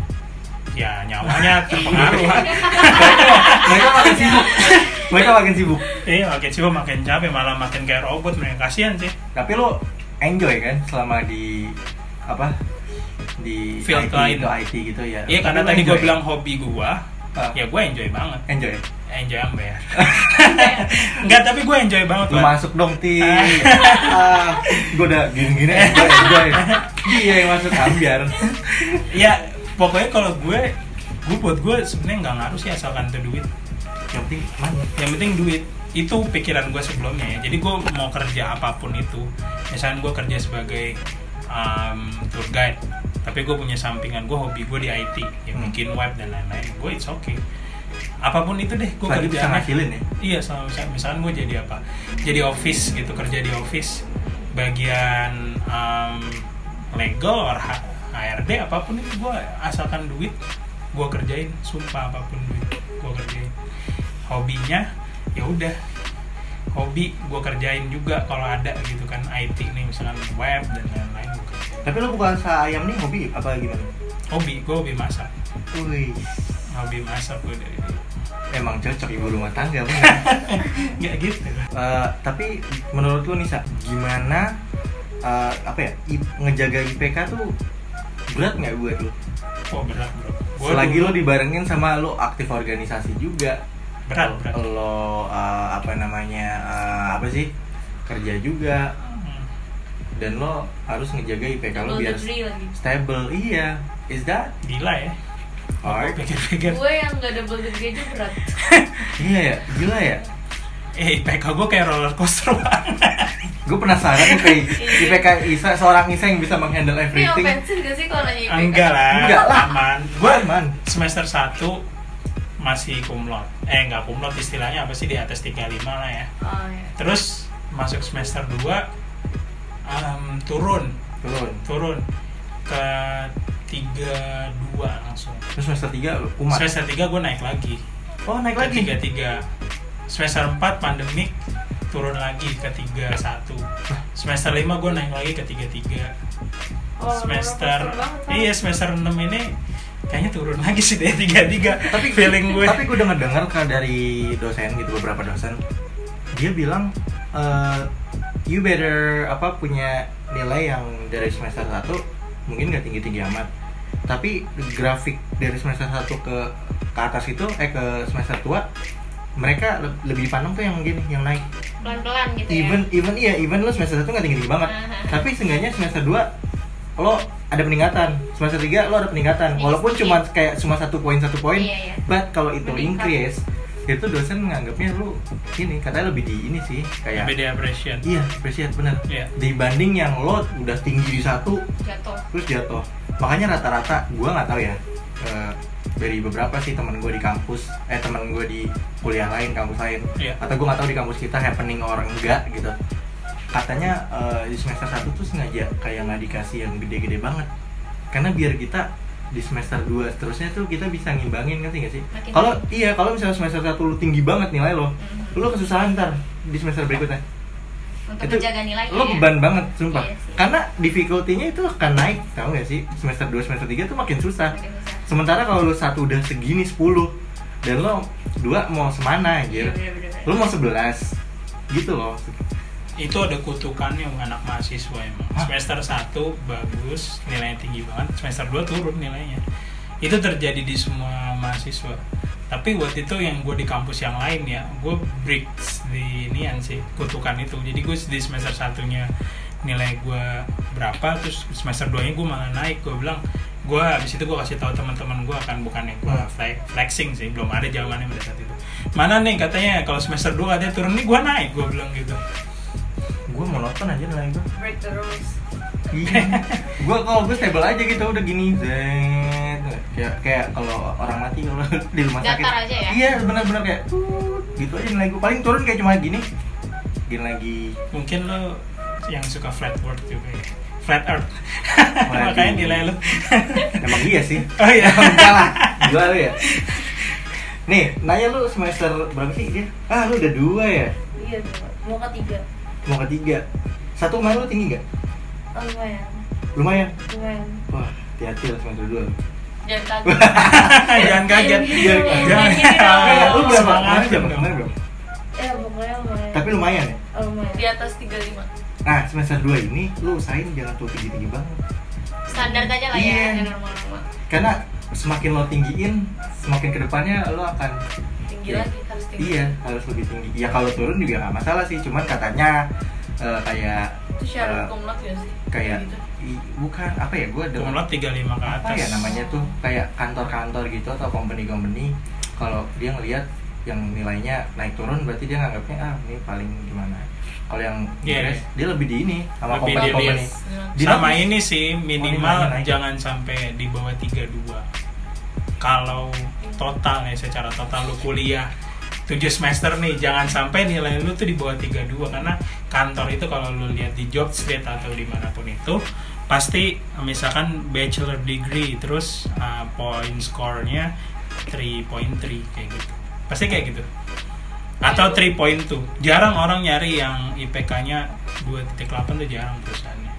B: ya nyawanya terpengaruh
A: mereka makin sibuk (laughs) mereka makin sibuk
B: iya makin sibuk makin capek malah makin kayak robot mereka kasihan sih
A: tapi lo enjoy kan selama di apa di IT
B: Field lain.
A: itu IT gitu ya
B: Iya
A: Tapi
B: karena
A: lo
B: tadi gue
A: enjoy.
B: bilang hobi gua,
A: Ah.
B: ya gue enjoy banget.
A: enjoy
B: Enjoy ambil
A: (laughs)
B: ya. Enggak tapi gue enjoy banget
A: lu
B: Wan.
A: masuk dong ti (laughs) ah, gue udah gini-gini enjoy (laughs) enjoy dia yang masuk ambiar
B: Ya pokoknya kalau gue, gue buat gue sebenarnya nggak ngaruh sih asalkan itu duit.
A: yang penting mana
B: Yang penting duit itu pikiran gue sebelumnya ya. Jadi gue mau kerja apapun itu. Misalnya gue kerja sebagai um, tour guide tapi gue punya sampingan gue hobi gue di IT ya
A: Hmm.
B: bikin web dan lain-lain gue it's okay apapun itu deh gue
A: Lagi bisa
B: kerjaannya.
A: ngasilin ya?
B: iya sama misalnya, misalnya gue jadi apa jadi office gitu kerja di office bagian um, legal or H- HRD apapun itu gue asalkan duit gue kerjain sumpah apapun duit gue kerjain hobinya ya udah hobi gue kerjain juga kalau ada gitu kan IT nih misalkan web dan lain-lain gua kerjain.
A: Tapi lu buka usaha ayam nih hobi apa gimana?
B: hobi gue hobi masak
A: Wih,
B: hobi masak gue dari dulu
A: emang cocok ibu rumah tangga (laughs) Bu.
B: nggak gitu
A: Eh, tapi menurut lu Nisa, gimana eh, apa ya i- ngejaga IPK tuh berat nggak buat lu?
B: oh berat bro Gua
A: Selagi
B: dulu-
A: lu dibarengin sama lu aktif organisasi juga,
B: berat berat
A: Oh, lo eh, apa namanya eh, apa sih kerja juga
B: Hmm.
A: dan lo harus ngejaga IPK lo
D: Double
A: biar
D: degree lagi
A: stable. Iya, is that
B: gila ya
A: hard?
B: Gua pikir-pikir
D: gue yang gak double degree aja berat
A: Iya ya, gila ya.
B: eh IPK gue kayak roller coaster banget
A: Gue penasaran nih kayak IPK Isa, seorang Isa yang bisa menghandle
D: tapi
A: everything.
D: offensive gak sih kalau nanya gitu? IPK?
B: enggak lah
A: Enggak lah.
B: aman gue
A: Gue aman.
B: semester 1 masih kumlot eh nggak kumlot istilahnya apa sih di atas 35 lah ya
D: oh, iya.
B: terus masuk semester 2 turun
A: Turun.
B: turun ke 32 langsung
A: Terus semester 3 lo kumat.
B: semester 3 gue naik lagi
A: Oh, naik
B: ke
A: lagi.
B: 33 semester 4 pandemik turun lagi ke 31 semester 5 gue naik lagi ke 33 semester
D: Oh, roller coaster banget, Pak.
B: iya semester 6 ini kayaknya turun lagi sih deh tiga tiga tapi feeling gue
A: Tapi gue udah ngedengar kan dari dosen gitu beberapa dosen. Dia bilang eh, you better apa punya nilai yang dari semester 1 mungkin gak tinggi-tinggi amat. Tapi grafik dari semester 1 ke ke atas itu eh ke semester 2 mereka le- lebih dipandang tuh yang gini, yang naik.
C: pelan-pelan gitu ya.
A: even even iya even lo semester satu nggak tinggi tinggi banget
C: Aha.
A: tapi seenggaknya semester 2 lo ada peningkatan semester 3 lo ada peningkatan
C: Iya,
A: walaupun
C: sedikit.
A: cuma kayak cuma satu poin satu poin
C: Iya, iya.
A: but kalau itu
C: Meningkat.
A: increase itu dosen menganggapnya lu ini katanya lebih di ini sih kayak
B: beda appreciation
A: iya appreciate bener
B: Iya.
A: dibanding yang lo udah tinggi di satu
C: jatuh
A: terus jatuh makanya rata-rata gua nggak tahu ya eh, dari beberapa sih teman gue di kampus eh teman gue di kuliah lain kampus lain
B: Iya.
A: atau gue nggak tahu di kampus kita happening orang enggak gitu katanya eh, di semester 1 tuh sengaja kayak nggak dikasih yang gede-gede banget karena biar kita di semester 2 seterusnya tuh kita bisa ngimbangin ngerti nggak sih
C: Makin
A: kalau iya kalau misalnya semester 1 lu tinggi banget nilai lo
C: Mhm.
A: lu kesusahan ntar di semester berikutnya
C: untuk
A: Itu
C: menjaga nilai ya?
A: lo beban banget sumpah
C: Iya sih.
A: karena difficulty-nya itu akan naik tau gak sih semester 2 semester 3 tuh makin susah
C: Makin susah.
A: sementara kalau lo satu udah segini 10 dan lo dua mau semana anjir
C: Iya, bener-bener.
A: lo mau 11 gitu loh
B: itu ada kutukannya sama anak mahasiswa emang
A: Hah?
B: semester 1 bagus nilainya tinggi banget semester 2 turun nilainya itu terjadi di semua mahasiswa tapi buat itu yang gue di kampus yang lain ya gue break di inian sih kutukan itu jadi gue di semester satunya nilai gue berapa terus semester 2 nya gue malah naik gue bilang gue habis itu gue kasih tahu teman-teman kan, gue akan bukannya gue
A: Hmm.
B: fle- flexing sih belum ada jawabannya pada saat itu mana nih katanya kalau semester 2 katanya turun nih gue naik gue bilang gitu
A: gue mau nonton aja nilai gue
D: break the rules
A: gue kalau gue stable aja gitu udah gini zet ya kayak kalau orang mati kalau di rumah
C: Datar
A: sakit
C: aja ya?
A: iya benar-benar kayak tut, gitu aja nilai gue paling turun kayak cuma gini gini lagi
B: mungkin lo yang suka flat world juga ya flat earth
A: Waduh.
B: (laughs) makanya nilai lo
A: emang iya sih
B: oh iya
A: Enggak lah, gila lu ya. Nih, nanya lu semester berapa sih dia? Ah, lu udah dua ya?
D: iya tuh mau ketiga
A: Mau ketiga. Satu kemarin lu tinggi nggak?
D: oh lumayan
A: Lumayan.
D: lumayan
A: Wah, hati-hati lah semester dua.
C: jangan
B: (laughs)
C: kaget
B: jangan kaget
C: Iya,
A: Jangan kaget.
B: jangan
A: lu berapa?
B: Ah,
A: Kemarin
B: Semangat
A: berapa?
B: dong.
A: Kemarin berapa?
C: Iya,
D: ya
A: (laughs)
D: pokoknya lumayan
A: Tapi lumayan ya?
D: oh, lumayan di atas 35
A: Nah, semester dua ini lu usahain jangan tuh tinggi-tinggi banget.
C: standar aja lah
A: Iya.
C: ya yang normal-normal
A: Karena semakin lo tinggiin, semakin kedepannya lo akan
D: tinggi
A: Iya.
D: lagi harus tinggi
A: iya harus lebih tinggi. Ya kalau turun juga nggak masalah sih, cuman katanya eh, kayak
D: itu
A: eh,
D: syarat kumlot ya sih
A: kayak
D: gitu.
A: i- bukan apa ya gue dengar
B: Kumlot 35 ke
A: apa
B: atas
A: ya namanya tuh kayak kantor-kantor gitu atau company-company kalau dia ngelihat yang nilainya naik turun berarti dia nganggapnya ah ini paling gimana kalau yang
B: Iya,
A: beres,
B: iya.
A: dia lebih di ini sama
B: Lebih
A: company
B: di-
A: company Dia
B: sama
A: lebih-
B: ini sih
A: Oh,
B: minimal
A: ini naik.
B: jangan sampai di bawah 32 kalau total ya secara total lu kuliah 7 semester nih jangan sampai nilai lu tuh di bawah 32 karena kantor itu kalau lu lihat di job street atau dimanapun itu pasti misalkan bachelor degree terus uh, point score-nya 3.3 kayak gitu pasti kayak gitu atau 3.2 jarang orang nyari yang IPK-nya 2.8 tuh jarang perusahaannya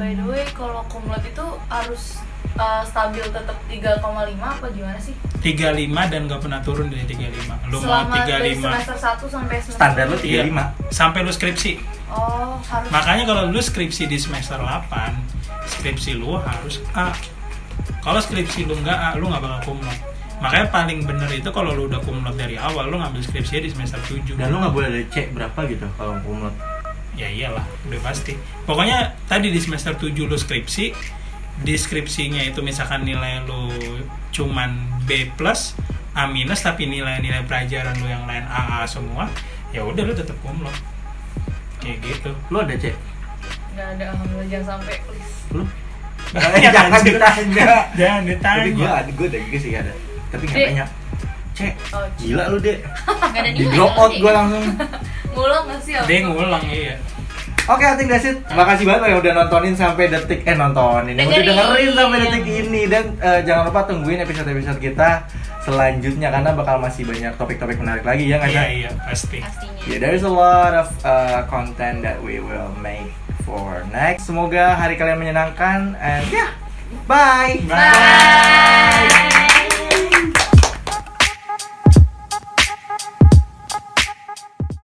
D: By the way, kalau kumlot itu harus uh, stabil tetap 3,5 apa gimana sih?
B: 35 dan gak pernah turun dari 35 lu
D: Selama
B: mau
D: dari
B: 35
D: semester 1 sampai semester
A: standar lu 35
B: Iya. sampai lu skripsi
D: Oh, harus.
B: makanya kalau lu skripsi di semester 8 skripsi lu harus A kalau skripsi lu nggak A lu nggak bakal kumlot makanya paling bener itu kalau lu udah kumlot dari awal lu ngambil skripsi di semester 7
A: dan lu nggak boleh cek berapa gitu kalau kumlot
B: ya iyalah udah pasti pokoknya tadi di semester 7 lu skripsi di skripsinya itu misalkan nilai lu cuman B plus A minus tapi nilai-nilai pelajaran lu yang lain AA semua ya udah lu tetap kumlot kayak gitu
A: lu ada cek
D: Nggak ada alhamdulillah jangan sampai please.
B: (laughs)
A: lu
B: Banyak,
A: Eh, jangan
B: anjir.
A: ditanya
B: jangan
A: tapi gue
B: ditanya
A: ada gue ada juga sih ada tapi nggak
D: Dek.
A: banyak cek
D: Oh,
A: gila lu dek
C: Gak ada
A: di
C: nilai
A: drop out
C: nanti.
A: gue langsung
D: ngulang nggak sih?
B: dia ngulang iya
A: Oke, I think that's it. Makasih banget yang udah nontonin sampai detik eh nontonin, yang udah
C: Dengerin.
A: dengerin sampai detik ini dan eh, jangan lupa tungguin episode-episode kita selanjutnya karena bakal masih banyak topik-topik menarik lagi ya nggak
B: iya
A: Shay?
B: iya pasti
C: Pastinya.
A: Yeah, there is a lot of uh, content that we will make for next. Semoga hari kalian menyenangkan and yeah, bye.
D: Bye.